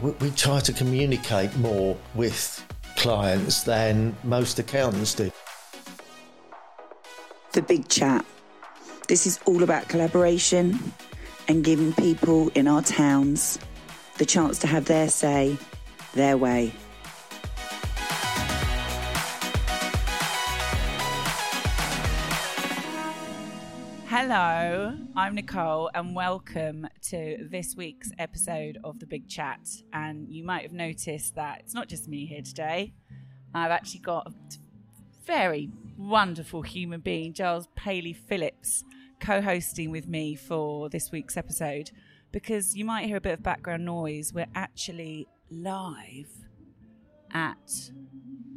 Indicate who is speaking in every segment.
Speaker 1: we, we try to communicate more with clients than most accountants do.
Speaker 2: The Big Chat. This is all about collaboration and giving people in our towns the chance to have their say, their way.
Speaker 3: Hello, I'm Nicole, and welcome to this week's episode of The Big Chat. And you might have noticed that it's not just me here today. I've actually got a very wonderful human being, Giles Paley Phillips, co hosting with me for this week's episode. Because you might hear a bit of background noise, we're actually live at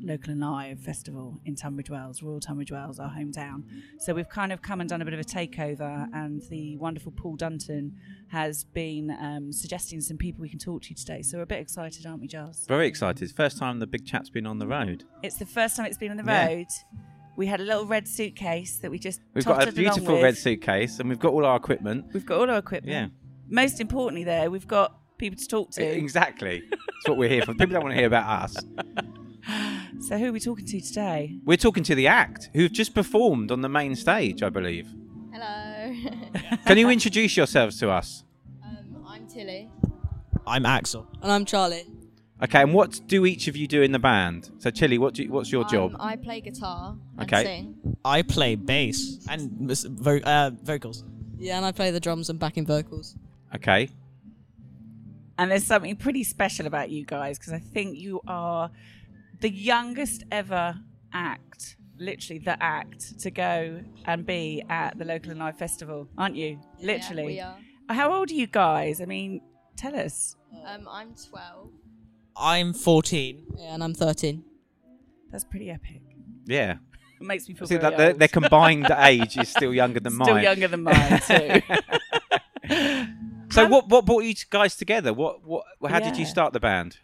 Speaker 3: Local and Live Festival in Tunbridge Wells, Royal Tunbridge Wells, our hometown. So we've kind of come and done a bit of a takeover, and the wonderful Paul Dunton has been um, suggesting some people we can talk to today. So we're a bit excited, aren't we, Giles?
Speaker 4: Very excited. First time the big chat's been on the road.
Speaker 3: It's the first time it's been on the
Speaker 4: Yeah.
Speaker 3: road. We had a little red suitcase that we just
Speaker 4: We've got a
Speaker 3: tottered along
Speaker 4: beautiful
Speaker 3: with.
Speaker 4: red suitcase and we've got all our equipment.
Speaker 3: We've got all our equipment.
Speaker 4: Yeah.
Speaker 3: Most importantly, though, we've got people to talk to.
Speaker 4: Exactly. That's what we're here for. People don't want to hear about us.
Speaker 3: So who are we talking to today?
Speaker 4: We're talking to the act who've just performed on the main stage, I believe.
Speaker 5: Hello.
Speaker 4: Can you introduce yourselves to us?
Speaker 5: um, I'm Tilly.
Speaker 6: I'm Axel.
Speaker 5: And I'm Charlie.
Speaker 4: Okay, and what do each of you do in the band? So, Chili, what do you, what's your
Speaker 3: Um.
Speaker 4: job?
Speaker 5: Um, I play guitar and
Speaker 4: Okay.
Speaker 5: sing.
Speaker 6: I play bass and mis- vo- uh, vocals.
Speaker 7: Yeah, and I play the drums and backing vocals.
Speaker 4: Okay.
Speaker 3: And there's something pretty special about you guys because I think you are the youngest ever act, literally the act, to go and be at the Local and Live Festival, aren't you?
Speaker 5: Yeah,
Speaker 3: Literally.
Speaker 5: we are.
Speaker 3: How old are you guys? I mean, tell us.
Speaker 5: Um, I'm 12.
Speaker 6: I'm 14.
Speaker 7: Yeah, and I'm 13.
Speaker 3: That's pretty epic.
Speaker 4: Yeah.
Speaker 3: It makes me feel
Speaker 4: See
Speaker 3: very
Speaker 4: that their,
Speaker 3: old.
Speaker 4: their combined age is still younger than
Speaker 3: Still
Speaker 4: mine.
Speaker 3: younger than mine too.
Speaker 4: so,
Speaker 3: How-
Speaker 4: what what brought you guys together? What what? How did you
Speaker 3: Um, Yeah.
Speaker 4: start the band?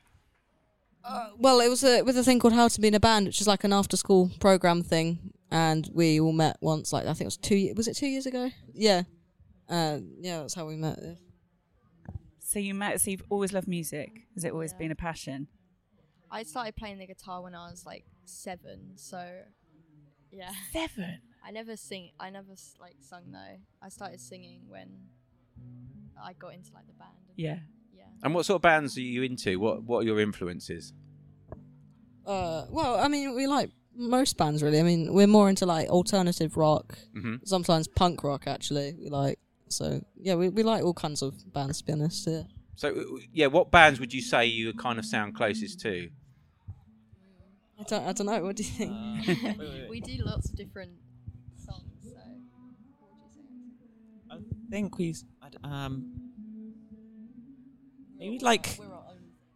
Speaker 7: Uh, well, it was a, with a thing called How to Be in a Band, which is like an after school program thing, and we all met once. Like I think it was two. ye- Was it two years ago? Yeah, uh, yeah, that's how we met. yeah.
Speaker 3: so you met. So you've always loved music. Has it always been a passion?
Speaker 5: I started playing the guitar when I was like seven, so yeah.
Speaker 3: Seven.
Speaker 5: I never sing. I never s- like sung though. I started singing when I got into like the band. and-
Speaker 3: Yeah.
Speaker 5: Yeah.
Speaker 4: And what sort of bands are you into? What what are your influences?
Speaker 7: Uh, well, I mean, we like most bands really. I mean, we're more into like alternative rock,
Speaker 4: hmm
Speaker 7: sometimes punk rock. Actually, we like so yeah, we we like all kinds of bands. To be honest, yeah.
Speaker 4: So uh, yeah, what bands would you say you kind of sound closest to?
Speaker 7: I don't, I don't know. What do you think?
Speaker 5: we do lots of different songs, so. what would you say?
Speaker 6: I think we. s- I d- Um, maybe like.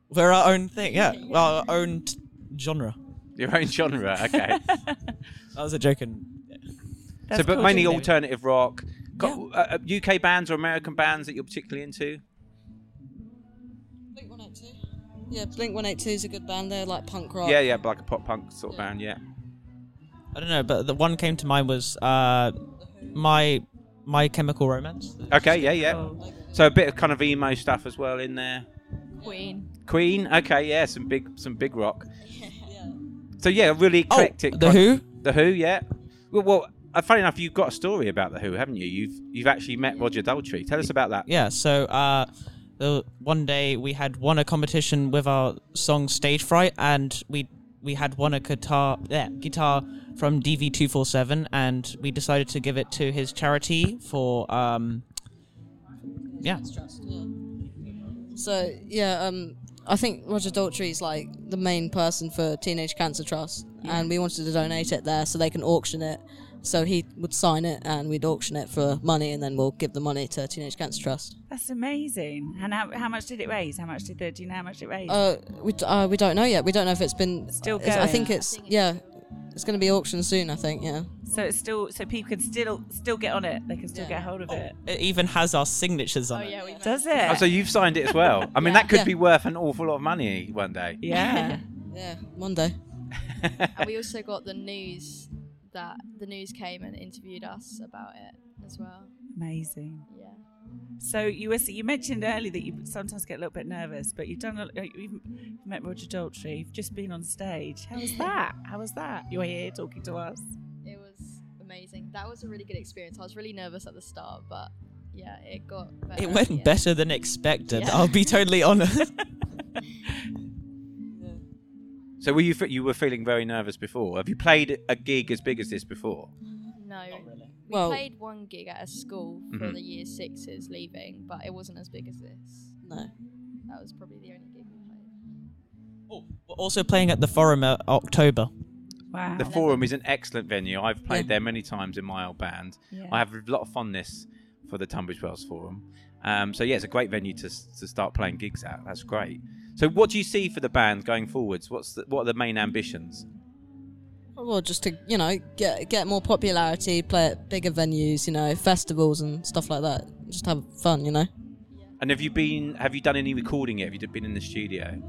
Speaker 6: We're our own thing, yeah. Well, our own t- genre.
Speaker 4: Your own genre, okay.
Speaker 6: That was a joke. And
Speaker 4: so,
Speaker 3: That's
Speaker 4: but
Speaker 3: cool,
Speaker 4: mainly
Speaker 3: isn't it?
Speaker 4: alternative rock. Co- uh, uh, UK bands or American bands that you're particularly into?
Speaker 7: Blink One Eight Two. Yeah, Blink One Eight Two is a good band. They're like punk rock.
Speaker 4: Yeah, yeah, like a pop punk sort of band. Yeah.
Speaker 6: I don't know, but the one came to mind was uh, my my Chemical Romance.
Speaker 4: Okay, yeah, yeah. So a bit of kind of emo stuff as well in there.
Speaker 5: Queen.
Speaker 4: Queen, okay, yeah, some big, some big rock. So yeah, really eclectic.
Speaker 6: the Who?
Speaker 4: The Who, yeah. Well, well, uh, funny enough, you've got a story about the Who, haven't you? You've you've actually met Roger Daltrey. Tell us about that.
Speaker 6: Yeah. So uh, the one day we had won a competition with our song Stage Fright, and we we had won a guitar yeah, guitar from DV two four seven, and we decided to give it to his charity for um. Yeah.
Speaker 7: So yeah, um, I think Roger Daltrey is like the main person for Teenage Cancer Trust, and we wanted to donate it there so they can auction it. So he would sign it and we'd auction it for money and then we'll give the money to Teenage Cancer Trust.
Speaker 3: That's amazing. And how, how much did it raise? How much did the, do you know how much it raised?
Speaker 7: Uh, we, d- uh, we don't know yet. We don't know if it's been.
Speaker 3: Still
Speaker 7: it's- I
Speaker 3: going.
Speaker 7: think it's, yeah, it's going to be auctioned soon, I think, yeah.
Speaker 3: so it's still, so people can still, still get on it. They can still get hold of it.
Speaker 6: It even has our signatures on it.
Speaker 3: Does
Speaker 4: Oh,
Speaker 3: it?
Speaker 4: so you've signed it as well. I mean, that could be worth an awful lot of money one day.
Speaker 3: Yeah.
Speaker 7: yeah, one day.
Speaker 5: and we also got the news that the news came and interviewed us about it as well.
Speaker 3: Amazing.
Speaker 5: Yeah.
Speaker 3: So you were, you mentioned earlier that you sometimes get a little bit nervous, but you've done, a- uh, you've met Roger Daltrey. You've just been on stage. How was that? How was that? You were here talking to us.
Speaker 5: It was amazing. That was a really good experience. I was really nervous at the start, but yeah, it got better.
Speaker 6: It
Speaker 5: at
Speaker 6: went
Speaker 5: the end.
Speaker 6: better than expected.
Speaker 5: Yeah.
Speaker 6: I'll be totally honest.
Speaker 4: So were you fe- you were feeling very nervous before? Have you played a gig as big as this before?
Speaker 5: No. We
Speaker 7: Well- Mm-hmm.
Speaker 5: played one gig at a school for
Speaker 4: Mhm.
Speaker 5: the year sixes leaving, but it wasn't as big as this.
Speaker 7: No.
Speaker 5: That was probably the only gig we played.
Speaker 6: We're also playing at the Forum at October.
Speaker 3: Wow.
Speaker 4: The Forum is an excellent venue. I've played there many times in my old band.
Speaker 3: Yeah.
Speaker 4: I have a lot of fondness for the Tunbridge Wells Forum. Um, so yeah, it's a great venue to, s- to start playing gigs at. That's great. So what do you see for the band going forwards? What's the, what are the main ambitions?
Speaker 7: Oh, Well, just to you know get get more popularity, play at bigger venues, you know, festivals and stuff like that. Just have fun, you know.
Speaker 4: And have you been have you done any recording yet? Have you been in the studio?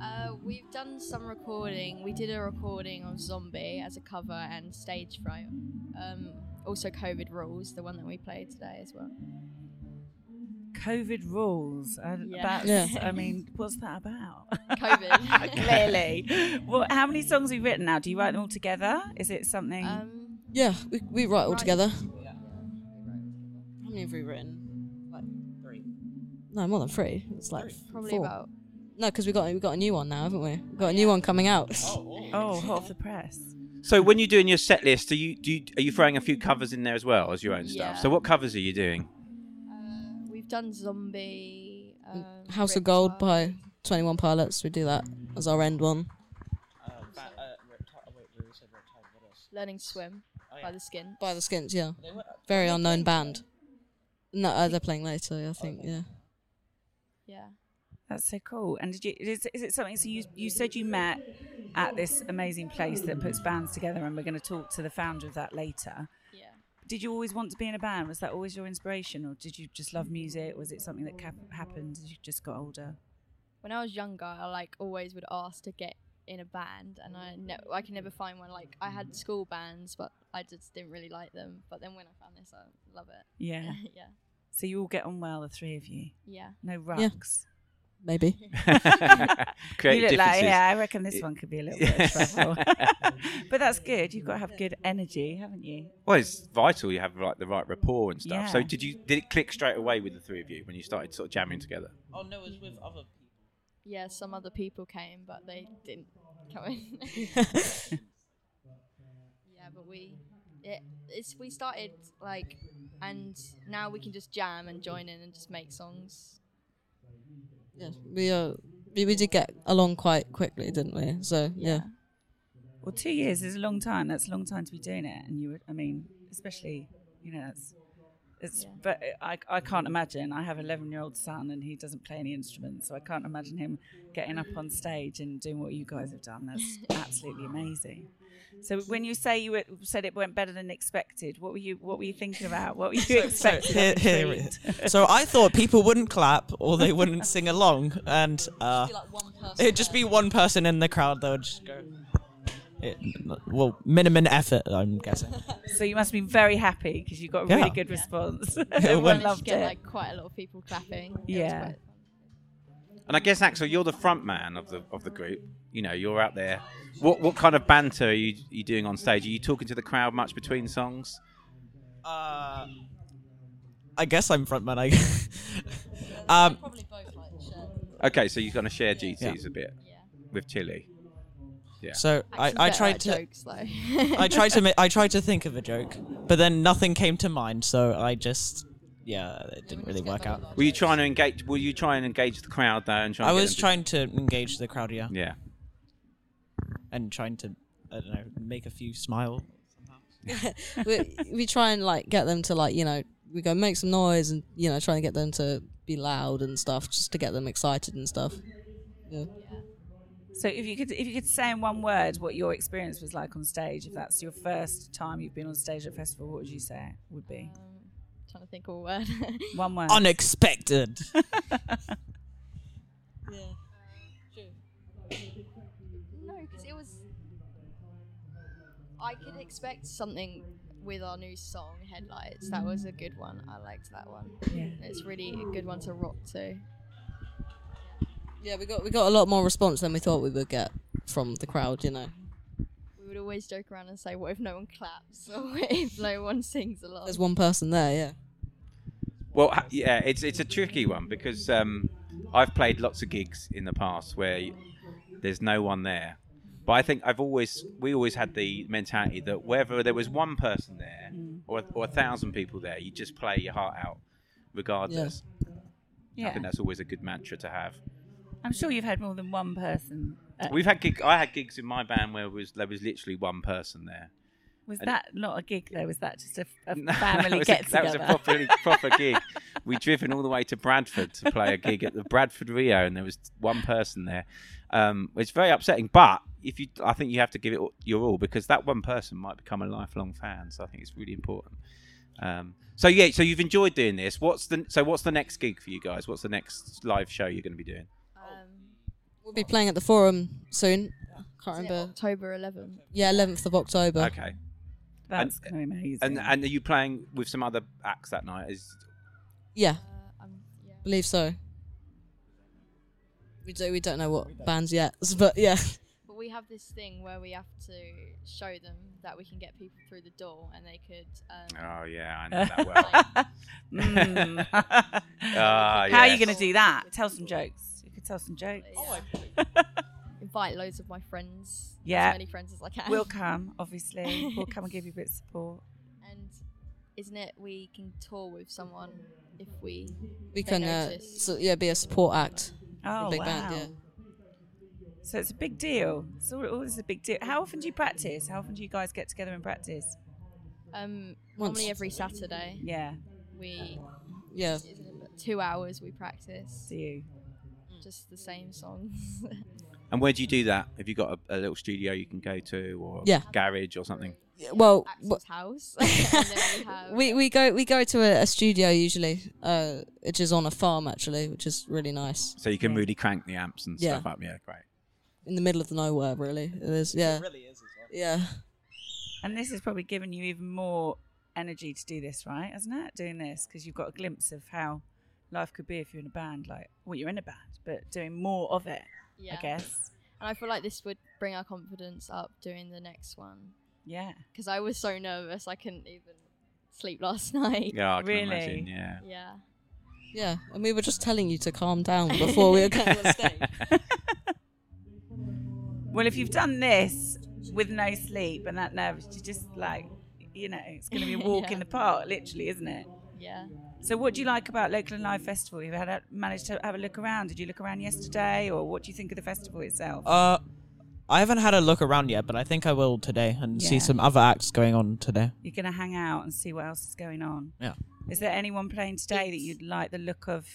Speaker 5: Uh, we've done some recording. We did a recording of Zombie as a cover and stage fright. Um, also, COVID Rules, the one that we played today as well.
Speaker 3: COVID rules. I,
Speaker 5: Yeah.
Speaker 3: That's,
Speaker 5: Yeah.
Speaker 3: I mean, what's that about?
Speaker 5: COVID.
Speaker 3: Clearly. Well, how many songs have you written now? Do you write them all together? Is it something?
Speaker 8: Uh,
Speaker 5: Um,
Speaker 7: Yeah, we, we write all
Speaker 5: Right.
Speaker 7: together.
Speaker 5: yeah.
Speaker 7: How many have we written? Like three. No, more than three. It's like
Speaker 5: Probably
Speaker 7: four.
Speaker 5: about.
Speaker 7: No, because we got we got a new one now, haven't we? We got a new one coming out.
Speaker 3: oh, hot off the press.
Speaker 4: So when you're doing your set list, do you do you, are you throwing a few covers in there as well as your own
Speaker 5: Yeah.
Speaker 4: stuff? So what covers are you doing?
Speaker 5: We've done Zombie. Um,
Speaker 7: House of Gold by Twenty One Pilots. We do that as our end one.
Speaker 5: Learning to Swim by the Skin.
Speaker 7: By the Skins, yeah. Very unknown band. No, uh, they're playing later. I think. Yeah.
Speaker 5: Yeah.
Speaker 3: That's so cool. And did you? Is, is it something? So you you said you met at this amazing place that puts bands together, and we're going to talk to the founder of that later.
Speaker 5: Yeah.
Speaker 3: Did you always want to be in a band? Was that always your inspiration, or did you just love music? Was it something that cap- happened as you just got older?
Speaker 5: When I was younger, I like always would ask to get in a band, and I ne- I could never find one. Like I had school bands, but I just didn't really like them. But then when I found this, I love it.
Speaker 3: Yeah.
Speaker 5: yeah.
Speaker 3: So you all get on well, the three of you.
Speaker 5: Yeah.
Speaker 3: No
Speaker 7: Yeah.
Speaker 3: rucks.
Speaker 7: Maybe.
Speaker 3: you look like yeah. I reckon this one could be a little bit of trouble. but that's good. You've got to have good energy, haven't you?
Speaker 4: Well, it's vital you have like the right rapport and stuff. So
Speaker 3: Yeah.
Speaker 4: did you did it click straight away with the three of you when you started sort of jamming together?
Speaker 6: Oh no, it's with other people.
Speaker 5: Yeah, some other people came, but they didn't come in. yeah, but we, it, it's we started like, and now we can just jam and join in and just make songs.
Speaker 7: Yeah, we uh, we, we did get along quite quickly, didn't we? So yeah,
Speaker 3: Well, two years is a long time. That's a long time to be doing it. And you would, I mean, especially, you know, that's, it's, but I, I can't imagine. I have an 11 year old son and he doesn't play any instruments. So I can't imagine him getting up on stage and doing what you guys have done. That's absolutely amazing. So when you say you were, said it went better than expected, what were you, what were you thinking about? What were you expecting?
Speaker 6: Here, here it is. so I thought people wouldn't clap or they wouldn't sing along, and uh, it'd just be one person in the crowd that would just go. It, well, minimum effort, I'm guessing.
Speaker 3: So you must have been very happy because you got a
Speaker 6: Yeah.
Speaker 3: really good response.
Speaker 6: went-
Speaker 3: Everyone
Speaker 5: Managed to
Speaker 3: loved
Speaker 5: get
Speaker 3: it.
Speaker 5: like quite a lot of people clapping. It was
Speaker 3: Yeah.
Speaker 5: quite-
Speaker 4: And I guess Axel, you're the front man of the of the group. You know, you're out there. What what kind of banter are you you doing on stage? Are you talking to the crowd much between songs?
Speaker 6: Uh, I guess I'm frontman. I. um,
Speaker 4: Okay, so you're going to share GTS a bit with Chili. Yeah.
Speaker 6: So I,
Speaker 5: Axel's
Speaker 6: I
Speaker 5: better
Speaker 6: tried
Speaker 5: at
Speaker 6: to.
Speaker 5: jokes, though.
Speaker 6: I tried to. Ma- I tried to think of a joke, but then nothing came to mind. So I just. Yeah, it didn't really work out.
Speaker 4: Were you trying to engage? Were you trying to engage the crowd though? And trying
Speaker 6: I
Speaker 4: to get
Speaker 6: was
Speaker 4: them to-
Speaker 6: trying to engage the crowd, yeah,
Speaker 4: Yeah.
Speaker 6: and trying to, I don't know, make a few smile.
Speaker 7: we we try and like get them to like you know we go make some noise and you know try and get them to be loud and stuff just to get them excited and stuff. Yeah.
Speaker 3: So if you could if you could say in one word what your experience was like on stage, if that's your first time you've been on stage at a festival, what would you say would be?
Speaker 5: trying to think of a word.
Speaker 3: One word.
Speaker 6: Unexpected.
Speaker 5: No, because it was. I could expect something with our new song headlights. That was a good one. I liked that one.
Speaker 3: Yeah.
Speaker 5: It's really a good one to rock to.
Speaker 7: Yeah, we got we got a lot more response than we thought we would get from the crowd. You know.
Speaker 5: We would always joke around and say, "What if no one claps? Or what if no one sings along?"
Speaker 7: There's one person there. Yeah.
Speaker 4: Well, ha- yeah, it's it's a tricky one because um, I've played lots of gigs in the past where y- there's no one there, but I think I've always we always had the mentality that whether there was one person there or or a thousand people there, you just play your heart out regardless. I
Speaker 3: Yeah.
Speaker 4: think that's always a good mantra to have.
Speaker 3: I'm sure you've had more than one person. uh,
Speaker 4: We've had gig. I had gigs in my band where was there was literally one person there.
Speaker 3: was
Speaker 4: and-
Speaker 3: that not a gig though? Was that just a, a
Speaker 4: that
Speaker 3: family
Speaker 4: was
Speaker 3: get
Speaker 4: a, that was
Speaker 3: together?
Speaker 4: a properly proper gig. We driven all the way to Bradford to play a gig at the Bradford Rio, and there was one person there. Um, it's very upsetting, but if you, I think you have to give it your all because that one person might become a lifelong fan. So I think it's really important. Um, so yeah, so you've enjoyed doing this. What's the so what's the next gig for you guys? What's the next live show you're going to be doing?
Speaker 7: We'll be playing at the forum soon. Can't
Speaker 5: Is it
Speaker 7: remember.
Speaker 5: October 11th.
Speaker 7: Yeah, 11th of October.
Speaker 4: Okay,
Speaker 3: That's gonna be amazing.
Speaker 4: And and are you playing with some other acts that night? Is
Speaker 7: Yeah. Believe so. We do. We don't know what bands yet, but yeah.
Speaker 5: But we have this thing where we have to show them that we can get people through the door, and they could. Um,
Speaker 4: Oh yeah, I know that well.
Speaker 3: Mm.
Speaker 4: Ah,
Speaker 3: How are you
Speaker 4: yes.
Speaker 3: going to do that? Tell some jokes. You could tell some jokes.
Speaker 5: Oh, invite loads of my friends.
Speaker 3: Yeah.
Speaker 5: As many friends as I can.
Speaker 3: We'll come, obviously. We'll come and give you a bit of support.
Speaker 5: And isn't it we can tour with someone if we they
Speaker 7: We can. Uh,
Speaker 5: notice?
Speaker 7: so, yeah, be a support act. for
Speaker 3: Oh,
Speaker 7: big
Speaker 3: wow.
Speaker 7: band. Yeah.
Speaker 3: So it's a big deal. It's al- always a big deal. How often do you practice? How often do you guys get together and practice?
Speaker 5: Um,
Speaker 3: Once.
Speaker 5: normally every Saturday.
Speaker 3: Yeah.
Speaker 5: We.
Speaker 7: Yeah.
Speaker 5: is it Two hours we practice.
Speaker 3: Do you?
Speaker 5: Just the same songs.
Speaker 4: And where do you do that? Have you got a, a little studio you can go to, or
Speaker 7: Yeah.
Speaker 4: garage or something?
Speaker 7: Well,
Speaker 5: Axel's house. and then we have.
Speaker 7: we we go we go to a, a studio usually, uh, which is on a farm actually, which is really nice.
Speaker 4: So you can really crank the amps and
Speaker 7: Yeah.
Speaker 4: stuff up. Yeah, great.
Speaker 7: In the middle of nowhere, really. It is. Yeah.
Speaker 3: really
Speaker 7: is. Yeah.
Speaker 3: And this has probably given you even more energy to do this, right? Hasn't it? Doing this because you've got a glimpse of how life could be if you're in a band. Like, well, you're in a band, but doing more of it.
Speaker 5: Yeah.
Speaker 3: I guess.
Speaker 5: And I feel like this would bring our confidence up doing the next one.
Speaker 3: Yeah.
Speaker 5: Because I was so nervous, I couldn't even sleep last night.
Speaker 4: Yeah, I can imagine. Yeah.
Speaker 5: Yeah.
Speaker 7: Yeah, and we were just telling you to calm down before we were going on stage.
Speaker 3: Well, if you've done this with no sleep and that nervous, you just like, you know, it's going to be a walk in
Speaker 5: Yeah.
Speaker 3: the park, literally, isn't it?
Speaker 5: Yeah.
Speaker 3: So, what do you like about Local and Live Festival? You've had a, managed to have a look around. Did you look around yesterday, or what do you think of the festival itself?
Speaker 6: Uh, I haven't had a look around yet, but I think I will today and see
Speaker 3: Yeah.
Speaker 6: some other acts going on today.
Speaker 3: You're going to hang out and see what else is going on.
Speaker 6: Yeah.
Speaker 3: Is there anyone playing today that you'd like the look of?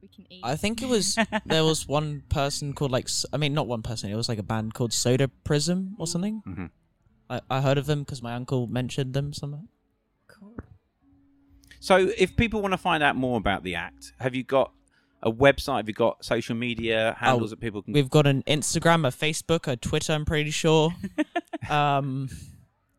Speaker 5: We can eat.
Speaker 6: I think it was there was one person called like S- I mean not one person it was like a band called Soda Prism or something.
Speaker 4: Mhm.
Speaker 6: I, I heard of them because my uncle mentioned them somewhere.
Speaker 4: So if people want to find out more about the act, have you got a website? Have you got social media handles
Speaker 6: Oh,
Speaker 4: that people can?
Speaker 6: We've got an Instagram, a Facebook, a Twitter. I'm pretty sure. um,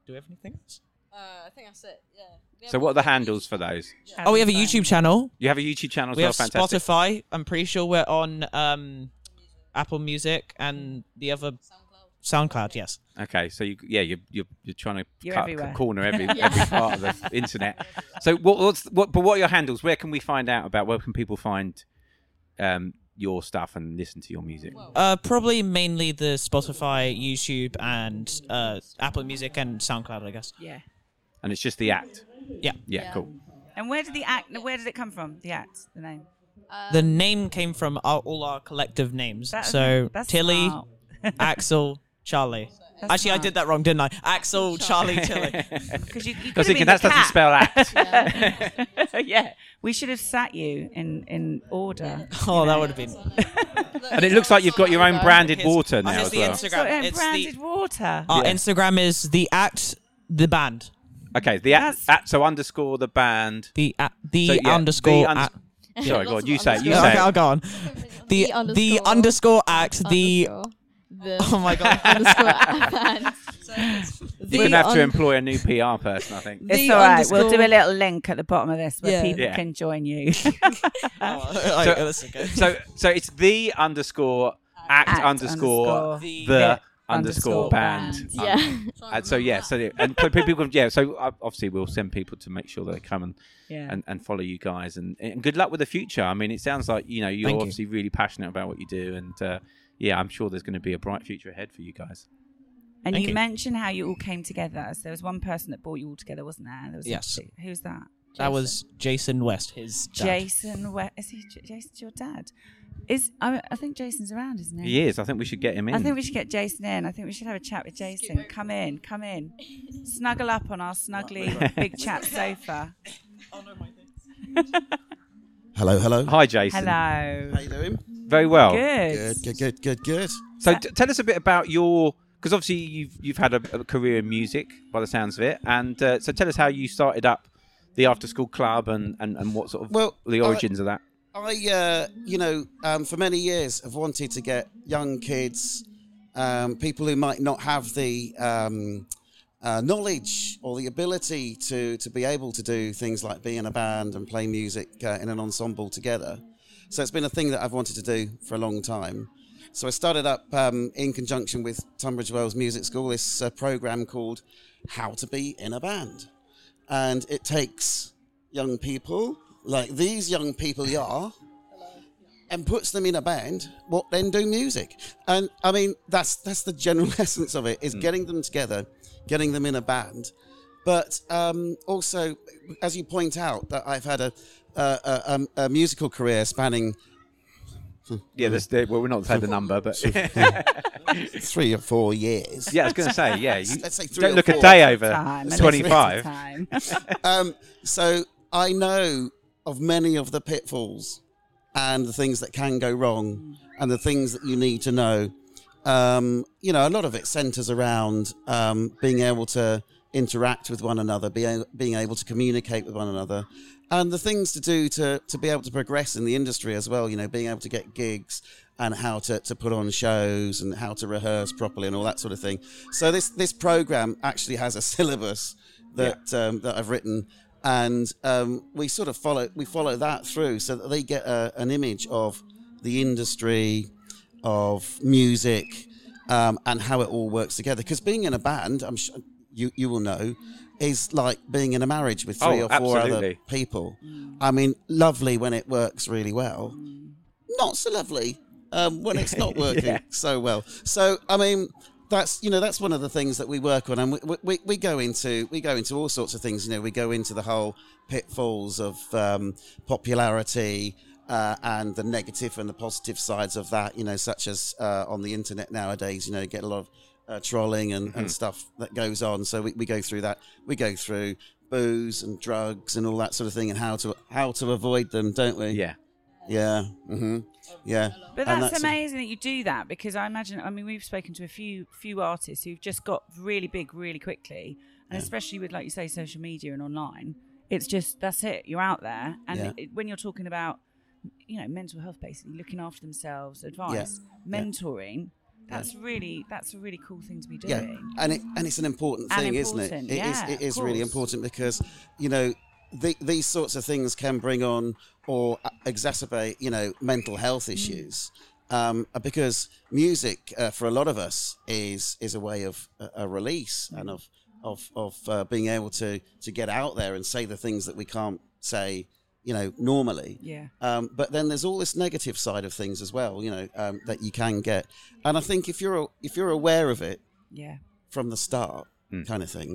Speaker 6: do we have anything else?
Speaker 7: Uh, I think that's it. Yeah.
Speaker 4: so what are the handles for those?
Speaker 6: Oh, we have a YouTube channel.
Speaker 4: You have a YouTube channel. as
Speaker 6: we
Speaker 4: well?
Speaker 6: have
Speaker 4: Fantastic.
Speaker 6: Spotify. I'm pretty sure we're on um, Apple Music and the other SoundCloud. yes.
Speaker 4: Okay, so you, yeah, you're, you're you're trying to
Speaker 6: You're
Speaker 4: cut
Speaker 6: everywhere.
Speaker 4: a corner every
Speaker 6: Yeah.
Speaker 4: every part of the internet. So what, what's what? But what are your handles? Where can we find out about? Where can people find um, your stuff and listen to your music?
Speaker 6: Uh, probably mainly the Spotify, YouTube, and uh, Apple Music and SoundCloud. I guess.
Speaker 3: Yeah.
Speaker 4: And it's just the act.
Speaker 6: Yeah.
Speaker 4: Yeah. Cool.
Speaker 3: And where did the act? Where did it come from? The act, the name.
Speaker 6: the name came from our, all our collective names.
Speaker 3: That-
Speaker 6: so
Speaker 3: that's
Speaker 6: Tilly,
Speaker 3: smart.
Speaker 6: Axel, Charlie.
Speaker 3: That's
Speaker 6: Actually, I
Speaker 3: right.
Speaker 6: did that wrong, didn't I? Axel, Charlie, Tilly.
Speaker 3: 'Cause you- you could have been the cat. yeah. we should have sat you in in order.
Speaker 6: Oh, that would have been.
Speaker 4: And it looks like you've got your own branded
Speaker 6: Here's-
Speaker 4: water
Speaker 6: oh,
Speaker 4: now
Speaker 6: here's
Speaker 4: as
Speaker 6: the
Speaker 4: well.
Speaker 6: Instagram.
Speaker 3: So, um,
Speaker 6: It's the- Oh,
Speaker 3: branded water.
Speaker 6: Our
Speaker 4: Yeah.
Speaker 6: Instagram is the at the band.
Speaker 4: Okay, the at, at so underscore the band.
Speaker 6: The at, the underscore
Speaker 4: unders-
Speaker 6: at-
Speaker 4: Sorry, go on. You say it. You
Speaker 6: Yeah,
Speaker 4: say
Speaker 6: okay,
Speaker 4: it.
Speaker 6: I'll go on. The the underscore at the. Oh my god.
Speaker 4: You're going to have to employ a new PR person, I think.
Speaker 3: It's all right. We'll do a little link at the bottom of this where
Speaker 6: Yeah.
Speaker 3: people
Speaker 4: Yeah.
Speaker 3: can join you.
Speaker 6: Alright,
Speaker 4: so,
Speaker 6: that's Oh, okay.
Speaker 4: so, so it's the underscore act,
Speaker 3: Act
Speaker 4: underscore,
Speaker 3: Uh, underscore
Speaker 4: the,
Speaker 3: the
Speaker 4: underscore
Speaker 3: underscore
Speaker 4: band.
Speaker 3: band. Yeah.
Speaker 4: Um, and so yeah, so the- and so people can yeah. So ob- obviously we'll send people to make sure that they come and
Speaker 3: Yeah.
Speaker 4: and, and follow you guys and, and good luck with the future. I mean, it sounds like you know you're
Speaker 6: Thank you.
Speaker 4: obviously really passionate about what you do and. Uh, yeah, I'm sure there's going to be a bright future ahead for you guys.
Speaker 3: And
Speaker 4: Thank
Speaker 3: you,
Speaker 4: you.
Speaker 3: mentioned how you all came together. So there was one person that brought you all together, wasn't there? there was
Speaker 6: Yes.
Speaker 3: Who's that?
Speaker 6: That was Jason West, his dad.
Speaker 3: Jason. Where is he? J- Jason's your dad. Is I, I think Jason's around, isn't he?
Speaker 4: He is. I think we should get him in.
Speaker 3: I think we should get Jason in. I think we should have a chat with Jason. Come in, come in. Snuggle up on our snuggly big chat sofa.
Speaker 9: Hello, hello.
Speaker 4: Hi, Jason.
Speaker 3: Hello. How
Speaker 9: you doing?
Speaker 4: Very well.
Speaker 3: Good.
Speaker 9: Good, good, good, good.
Speaker 4: So t- tell us a bit about your because obviously you've you've had a, a career in music by the sounds of it, and uh, so tell us how you started up the after school club and, and, and what sort of
Speaker 9: Well,
Speaker 4: the
Speaker 9: I-
Speaker 4: origins of that.
Speaker 9: I, uh, you know, um, for many years have wanted to get young kids, um, people who might not have the um, uh, knowledge or the ability to, to be able to do things like be in a band and play music uh, in an ensemble together. So it's been a thing that I've wanted to do for a long time. So I started up um, in conjunction with Tunbridge Wells Music School this uh, program called How to Be in a Band. And it takes young people, like these young people you are, and puts them in a band, what then do music? And I mean, that's that's the general essence of it: is getting them together, getting them in a band, but um, also, as you point out, that I've had a a, a, um, a musical career spanning
Speaker 4: Yeah, that's the, well, we're not had the number, but
Speaker 9: three or four years.
Speaker 4: Yeah, I was going to say, yeah, you
Speaker 9: Let's say three
Speaker 4: don't
Speaker 9: or
Speaker 4: look a
Speaker 9: four.
Speaker 4: day over Time, a little 25. time.
Speaker 9: um, so I know of many of the pitfalls and the things that can go wrong and the things that you need to know. Um, you know, a lot of it centers around um, being able to interact with one another, being, being able to communicate with one another, and the things to do to, to be able to progress in the industry as well, you know, being able to get gigs and how to, to put on shows and how to rehearse properly and all that sort of thing. So this, this program actually has a syllabus that, um, that I've written and um, we sort of follow we follow that through so that they get a, an image of the industry of music um, and how it all works together because being in a band i'm sure you, you will know is like being in a marriage with three
Speaker 4: Oh,
Speaker 9: or four
Speaker 4: absolutely.
Speaker 9: other people i mean lovely when it works really well not so lovely um, when it's not working
Speaker 4: Yeah.
Speaker 9: so well. So I mean, that's you know that's one of the things that we work on, and we, we- we, we go into we go into all sorts of things. You know, we go into the whole pitfalls of um, popularity. Uh, and the negative and the positive sides of that, you know, such as uh, on the internet nowadays, you know, you get a lot of uh, trolling and, and
Speaker 1: Mm-hmm.
Speaker 4: Mhm.
Speaker 9: stuff that goes on. So we, we go through that. We go through booze and drugs and all that sort of thing, and how to how to avoid them, don't we?
Speaker 4: Yeah,
Speaker 9: yeah, hmm yeah.
Speaker 3: But
Speaker 9: And
Speaker 3: that's, amazing that you do that because I imagine. I mean, we've spoken to a few few artists who've just got really big really quickly, and
Speaker 9: Yeah.
Speaker 3: especially with like you say, social media and online. It's just that's it. You're out there, and
Speaker 9: Yeah.
Speaker 3: it, when you're talking about, you know, mental health, basically looking after themselves, advice,
Speaker 9: Yeah.
Speaker 3: mentoring. That's really that's a really cool thing to be doing.
Speaker 9: Yeah, and it and it's an important
Speaker 3: And
Speaker 9: thing, isn't
Speaker 3: important,
Speaker 9: it? It is.
Speaker 3: yeah,
Speaker 9: It
Speaker 3: of
Speaker 9: is really
Speaker 3: course.
Speaker 9: important because you know the, these sorts of things can bring on or exacerbate you know mental health
Speaker 3: Mm.
Speaker 9: issues. Um, because music uh, for a lot of us is is a way of uh, a release and of of of uh, being able to to get out there and say the things that we can't say you know normally.
Speaker 3: Yeah.
Speaker 9: Um, but then there's all this negative side of things as well, you know, um, that you can get. And I think if you're a- if you're aware of it,
Speaker 3: Yeah.
Speaker 9: from the start kind of thing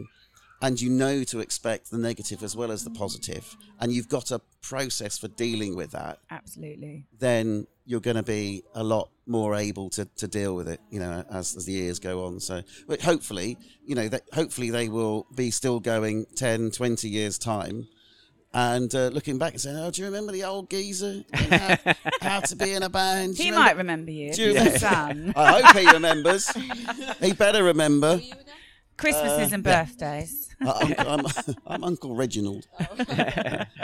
Speaker 9: and you know to expect the negative as well as the positive, and you've got a process for dealing with that,
Speaker 3: Absolutely.
Speaker 9: then you're going to be a lot more able to, to deal with it, you know, as, as the years go on. So but hopefully, you know, that hopefully they will be still going 10, 20 years time and uh, looking back and saying, oh, do you remember the old geezer? How, how to be in a band? Do
Speaker 3: He
Speaker 9: you
Speaker 3: might remember you.
Speaker 9: Do you
Speaker 3: He's
Speaker 9: remember-
Speaker 3: his son.
Speaker 9: I hope he remembers. he better remember.
Speaker 3: Christmases
Speaker 9: Uh,
Speaker 3: and
Speaker 9: yeah.
Speaker 3: birthdays.
Speaker 9: I- I'm, I'm, I'm Uncle Reginald.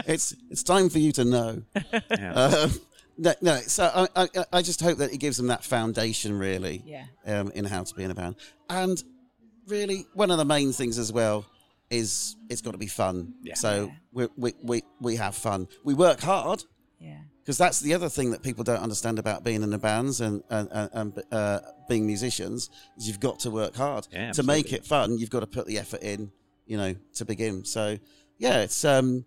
Speaker 9: it's it's time for you to know.
Speaker 4: Yeah.
Speaker 9: Um, no, no, so I, I, I just hope that it gives them that foundation, really,
Speaker 3: Yeah.
Speaker 9: um, in how to be in a band. And really, one of the main things as well is it's got to be fun. So we, we, we, we have fun. We work hard.
Speaker 3: Yeah.
Speaker 9: Because that's the other thing that people don't understand about being in the bands and, and, and, and uh, being musicians is you've got to work hard
Speaker 4: Yeah,
Speaker 9: to make
Speaker 4: absolutely.
Speaker 9: it fun. You've got to put the effort in, you know, to begin. So yeah, it's um,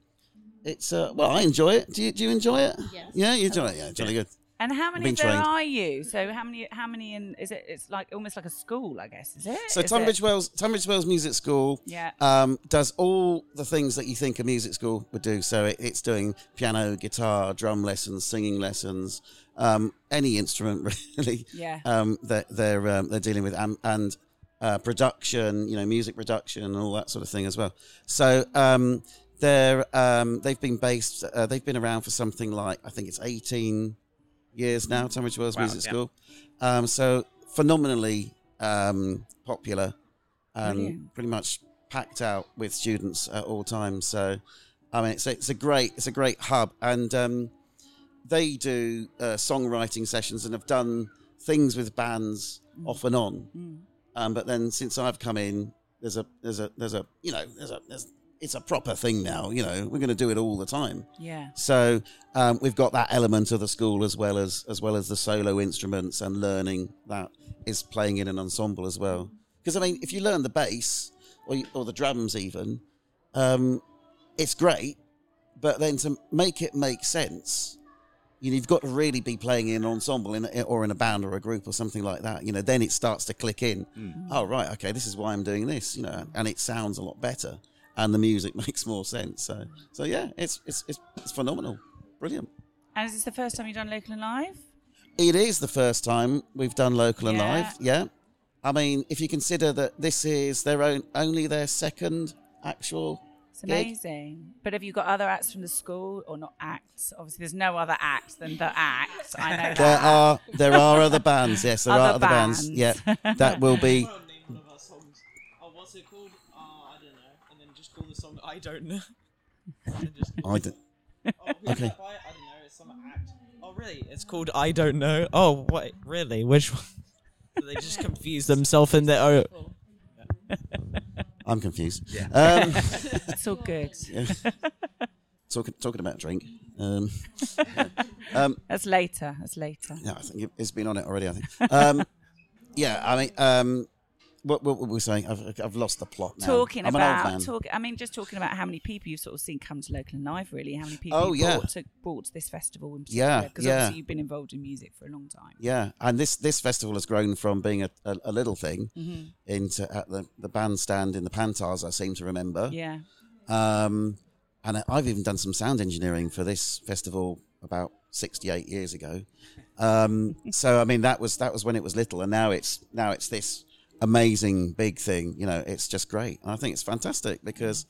Speaker 9: it's uh, well, I enjoy it. Do you do you enjoy it?
Speaker 3: Yes.
Speaker 9: Yeah, you enjoy it. Yeah, jolly good.
Speaker 3: And how
Speaker 9: I've
Speaker 3: many
Speaker 9: been
Speaker 3: there
Speaker 9: trained.
Speaker 3: are you? So how many? How many? In is it? It's like almost like a school, I guess. Is it?
Speaker 9: So
Speaker 3: Is
Speaker 9: Tunbridge
Speaker 3: it-
Speaker 9: Wells, Tunbridge Wells Music School,
Speaker 3: Yeah.
Speaker 9: um, does all the things that you think a music school would do. So it, it's doing piano, guitar, drum lessons, singing lessons, um, any instrument really.
Speaker 3: Yeah.
Speaker 9: Um, that they're um, they're dealing with and, and uh, production, you know, music production and all that sort of thing as well. So um, they're um, they've been based, uh, they've been around for something like I think it's eighteen years now. Tunbridge Wells
Speaker 4: Wow,
Speaker 9: Music
Speaker 4: yeah.
Speaker 9: School. Um, so phenomenally um, popular and
Speaker 4: Brilliant.
Speaker 9: pretty much packed out with students at all times. So, I mean, it's a, it's a great it's a great hub, and um, they do uh, songwriting sessions and have done things with bands off and on. Um, but then since I've come in, there's a there's a there's a you know there's a there's, it's a proper thing now. You know, we're going to do it all the time.
Speaker 3: Yeah.
Speaker 9: So um, we've got that element of the school as well as as well as the solo instruments and learning that is playing in an ensemble as well. Because I mean, if you learn the bass or you, or the drums even, um, it's great. But then to make it make sense, you know, you've got to really be playing in an ensemble in a, eh, or in a band or a group or something like that. You know, then it starts to click in. Oh right, okay, this is why I'm doing this. You know, and it sounds a lot better, and the music makes more sense. So, so yeah, it's it's it's, it's phenomenal, brilliant.
Speaker 3: And is this the first time you've done local and live?
Speaker 9: It is the first time we've done local and
Speaker 3: Yeah.
Speaker 9: live. Yeah, I mean, if you consider that this is their own only their second actual.
Speaker 3: It's
Speaker 9: gig.
Speaker 3: amazing. But have you got other acts from the school or not acts? Obviously, there's no other act than the act. I know.
Speaker 9: There
Speaker 3: that.
Speaker 9: are there are other bands. Yes, there are
Speaker 3: Other
Speaker 9: other bands. Yeah, that will be.
Speaker 10: Oh, what's it called? Uh, I don't know. And then just call the song I don't know. And just-
Speaker 9: I don't-
Speaker 10: Oh, who's
Speaker 6: Okay.
Speaker 10: that by? I don't know. It's some act. Oh, really? It's
Speaker 6: called I don't know. Oh, wait, really? Which one? they just confuse themselves in their own.
Speaker 9: I'm confused.
Speaker 6: Yeah.
Speaker 9: Um,
Speaker 3: It's all good.
Speaker 9: yeah. Talking talking about drink. Um, um,
Speaker 3: That's later. That's later.
Speaker 9: Yeah, I think it- it's been on it already. I think. Um, yeah, I mean, um, what, what were we saying? I've, I've lost the plot now.
Speaker 3: Talking
Speaker 9: I'm an
Speaker 3: about
Speaker 9: old man.
Speaker 3: talk, I mean, just talking about how many people you've sort of seen come to local and live. Really, how many people
Speaker 9: Oh,
Speaker 3: you
Speaker 9: yeah.
Speaker 3: brought, to, brought to this festival in
Speaker 9: Yeah,
Speaker 3: particular? Because
Speaker 9: yeah.
Speaker 3: obviously you've been involved in music for a long time.
Speaker 9: Yeah, and this this festival has grown from being a, a, a little thing
Speaker 3: Mhm.
Speaker 9: into at the the bandstand in the Pantas. I seem to remember.
Speaker 3: Yeah.
Speaker 9: Um, and I- I've even done some sound engineering for this festival about sixty eight years ago. Um, so I mean that was that was when it was little, and now it's now it's this amazing big thing. You know, it's just great, and I think it's fantastic because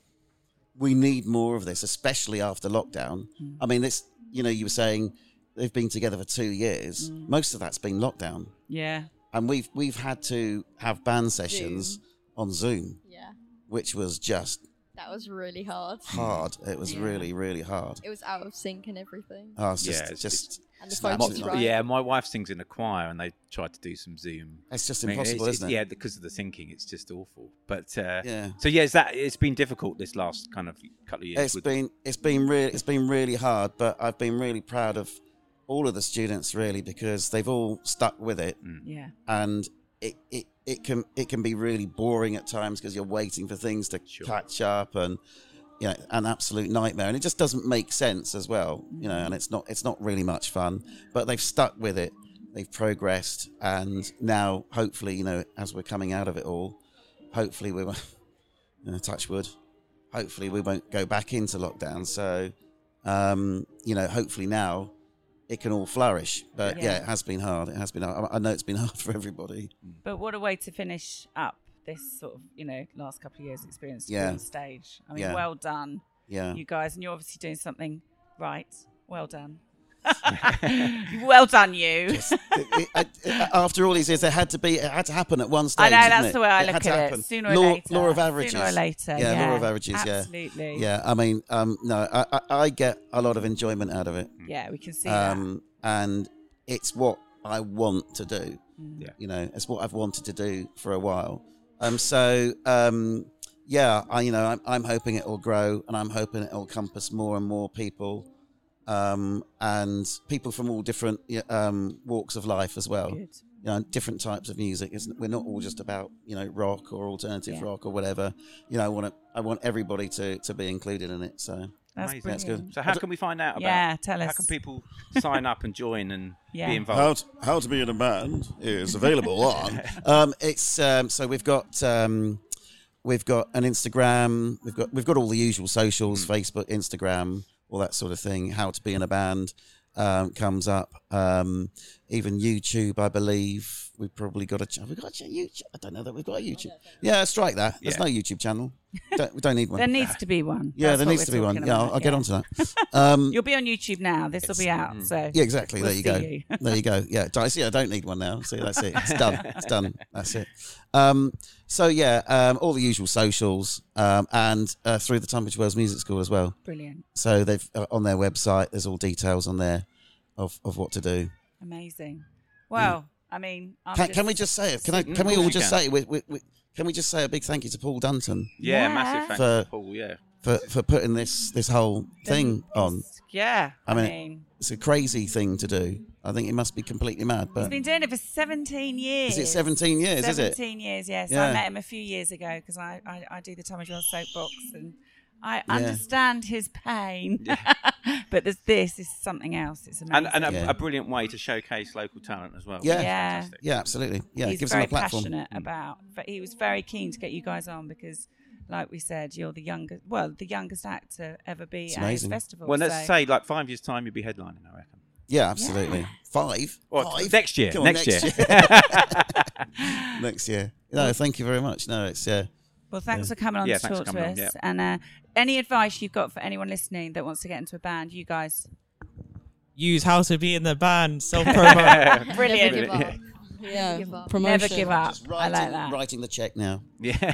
Speaker 9: we need more of this, especially after lockdown.
Speaker 5: Mm.
Speaker 9: I mean, this, you know, you were saying they've been together for two years.
Speaker 5: Mm.
Speaker 9: Most of that's been lockdown,
Speaker 3: Yeah.
Speaker 9: and we've we've had to have band sessions
Speaker 5: Zoom.
Speaker 9: on Zoom,
Speaker 5: Yeah.
Speaker 9: which was just
Speaker 5: That was really hard.
Speaker 9: hard. It was
Speaker 5: Yeah.
Speaker 9: really, really hard.
Speaker 5: It was out of sync and everything.
Speaker 9: Oh, it's just,
Speaker 4: Yeah, it's-
Speaker 9: just
Speaker 5: And the
Speaker 9: it's
Speaker 5: photos
Speaker 9: absolutely-
Speaker 5: were right.
Speaker 4: Yeah, my wife sings in a choir, and they tried to do some Zoom.
Speaker 9: It's just
Speaker 4: it's-
Speaker 9: impossible,
Speaker 4: it's-
Speaker 9: isn't it?
Speaker 4: Yeah, because of the syncing, it's just awful. But uh,
Speaker 9: Yeah.
Speaker 4: So yeah, it's that it's been difficult this last kind of couple of years.
Speaker 9: It's
Speaker 4: with-
Speaker 9: been it's been really it's been really hard, but I've been really proud of all of the students really because they've all stuck with it.
Speaker 3: Yeah.
Speaker 9: And it, it, it can it can be really boring at times because you're waiting for things to catch up and you know, an absolute nightmare. And it just doesn't make sense as well, you know, and it's not it's not really much fun. But they've stuck with it. They've progressed and now hopefully, you know, as we're coming out of it all, hopefully we will uh, touch wood. Hopefully, we won't go back into lockdown. So, um, you know, hopefully now it can all flourish. But yeah,
Speaker 3: Yeah.
Speaker 9: it has been hard. It has been. Hard. I- I know it's been hard for everybody.
Speaker 3: But what a way to finish up this sort of, you know, last couple of years' experience to be
Speaker 9: Yeah.
Speaker 3: on stage. I mean,
Speaker 9: Yeah.
Speaker 3: well done,
Speaker 9: Yeah.
Speaker 3: you guys, and you're obviously doing something right. Well done. well done, you.
Speaker 9: After all these years, there had to be. It had to happen at one stage.
Speaker 3: I know
Speaker 9: didn't
Speaker 3: that's
Speaker 9: it?
Speaker 3: the way I
Speaker 9: It
Speaker 3: look
Speaker 9: had to
Speaker 3: at it.
Speaker 9: happen.
Speaker 3: Sooner or
Speaker 9: law,
Speaker 3: later.
Speaker 9: Law of averages.
Speaker 3: Sooner or later,
Speaker 9: Yeah, law
Speaker 3: yeah.
Speaker 9: of averages. Yeah,
Speaker 3: Absolutely.
Speaker 9: Yeah, I mean, um, no, I, I, I get a lot of enjoyment out of it.
Speaker 3: Yeah, we can see that.
Speaker 9: um, and it's what I want to do.
Speaker 3: Mm. Yeah.
Speaker 9: You know, it's what I've wanted to do for a while. Um, so um, yeah, I you know I'm, I'm hoping it will grow, and I'm hoping it will encompass more and more people, um, and people from all different y- um, walks of life as well.
Speaker 3: Good.
Speaker 9: You know, different types of music. It's, we're not all just about you know rock or alternative
Speaker 3: Yeah.
Speaker 9: rock or whatever. You know, I want to, I want everybody to to be included in it. So
Speaker 3: That's brilliant.
Speaker 9: good.
Speaker 4: So how can we find out about?
Speaker 3: Yeah, tell
Speaker 4: How
Speaker 3: us.
Speaker 4: can people sign up and join and
Speaker 3: Yeah.
Speaker 4: be involved?
Speaker 9: How to, how to be in a band is available on. Um, it's um, so we've got um, we've got an Instagram. We've got we've got all the usual socials: Facebook, Instagram, all that sort of thing. How to be in a band um, comes up. Um, even YouTube, I believe we've probably got a. Ch- have we got a ch- YouTube? I don't know that we've got a YouTube. Yeah, strike that. There's
Speaker 3: Yeah.
Speaker 9: no YouTube channel. Don't, we don't need one.
Speaker 3: There needs to be one.
Speaker 9: Yeah,
Speaker 3: That's
Speaker 9: there
Speaker 3: what
Speaker 9: needs
Speaker 3: we're
Speaker 9: to be one.
Speaker 3: talking
Speaker 9: yeah, I'll,
Speaker 3: about,
Speaker 9: I'll get
Speaker 3: yeah.
Speaker 9: onto that. Um,
Speaker 3: You'll be on YouTube now. This will be
Speaker 4: Mm.
Speaker 3: out. So
Speaker 9: yeah, exactly.
Speaker 3: we'll
Speaker 9: there you
Speaker 3: see
Speaker 9: go.
Speaker 3: you.
Speaker 9: there you go. Yeah, I see. I don't need one now. See, that's it. It's done. it's done. That's it. Um, so yeah, um, all the usual socials um, and uh, through the Tunbridge Wells Music School as well.
Speaker 3: Brilliant.
Speaker 9: So they've uh, on their website. There's all details on there of, of what to do.
Speaker 3: Amazing. Well, I mean, I'm
Speaker 9: Mm. Can, can we just say it? Can I?
Speaker 3: sitting-
Speaker 9: Can we
Speaker 4: course
Speaker 9: all
Speaker 4: you
Speaker 9: just
Speaker 4: can.
Speaker 9: say we, we, we, Can we just say a big thank you to Paul Dunton?
Speaker 4: Yeah, massive thanks
Speaker 9: for
Speaker 4: to Paul. Yeah.
Speaker 9: for for putting this this whole thing on.
Speaker 3: Yeah,
Speaker 9: I
Speaker 3: I
Speaker 9: mean, uh,
Speaker 3: mean-
Speaker 9: it's a crazy thing to do. I think it must be completely mad,
Speaker 3: He's
Speaker 9: but
Speaker 3: been doing it for 17 years.
Speaker 9: 17 years, is it?
Speaker 3: 17 years, yes. I
Speaker 9: Yeah.
Speaker 3: met him a few years ago because I, I, I do the Tommy John soapbox and I
Speaker 4: Yeah.
Speaker 3: understand his pain. but there's, this is something else. It's amazing.
Speaker 4: And, and a,
Speaker 9: Yeah.
Speaker 4: a brilliant way to showcase local talent as well.
Speaker 9: Yeah.
Speaker 3: Yeah.
Speaker 4: Fantastic.
Speaker 9: Yeah, absolutely. Yeah, it
Speaker 3: He's
Speaker 9: gives them
Speaker 3: very
Speaker 9: a platform. Mm.
Speaker 3: passionate about, but he was very keen to get you guys on because, like we said, you're the youngest, well, the youngest actor ever be
Speaker 4: It's
Speaker 3: at his
Speaker 4: amazing.
Speaker 3: festival.
Speaker 4: Well,
Speaker 3: so-
Speaker 4: let's say like five years' time, you'll be headlining, I reckon.
Speaker 9: Yeah, absolutely. Five.
Speaker 4: Well,
Speaker 9: Five?
Speaker 4: next year,
Speaker 9: Come on,
Speaker 4: next year.
Speaker 9: next year. No, thank you very much. No, it's yeah.
Speaker 3: Well, thanks
Speaker 9: Yeah.
Speaker 3: for coming on to talk to us. And uh, any advice you've got for anyone listening that wants to get into a band, you guys.
Speaker 6: Use how to be in the band, self promo.
Speaker 3: Brilliant.
Speaker 7: Yeah, give up.
Speaker 3: Never
Speaker 7: promotion.
Speaker 3: give up.
Speaker 7: Just
Speaker 3: I like
Speaker 7: writing-
Speaker 3: that.
Speaker 9: Writing the check now.
Speaker 4: Yeah.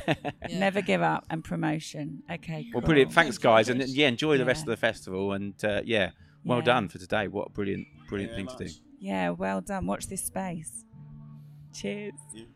Speaker 3: Never give up and promotion. Okay. Cool.
Speaker 4: Well, brilliant. Thanks, guys, and yeah, enjoy the rest of the festival. And uh, yeah, well
Speaker 3: Yeah.
Speaker 4: done for today. What a brilliant, brilliant
Speaker 9: Thank
Speaker 4: thing
Speaker 9: you
Speaker 4: to do.
Speaker 3: Yeah, well done. Watch this space. Cheers.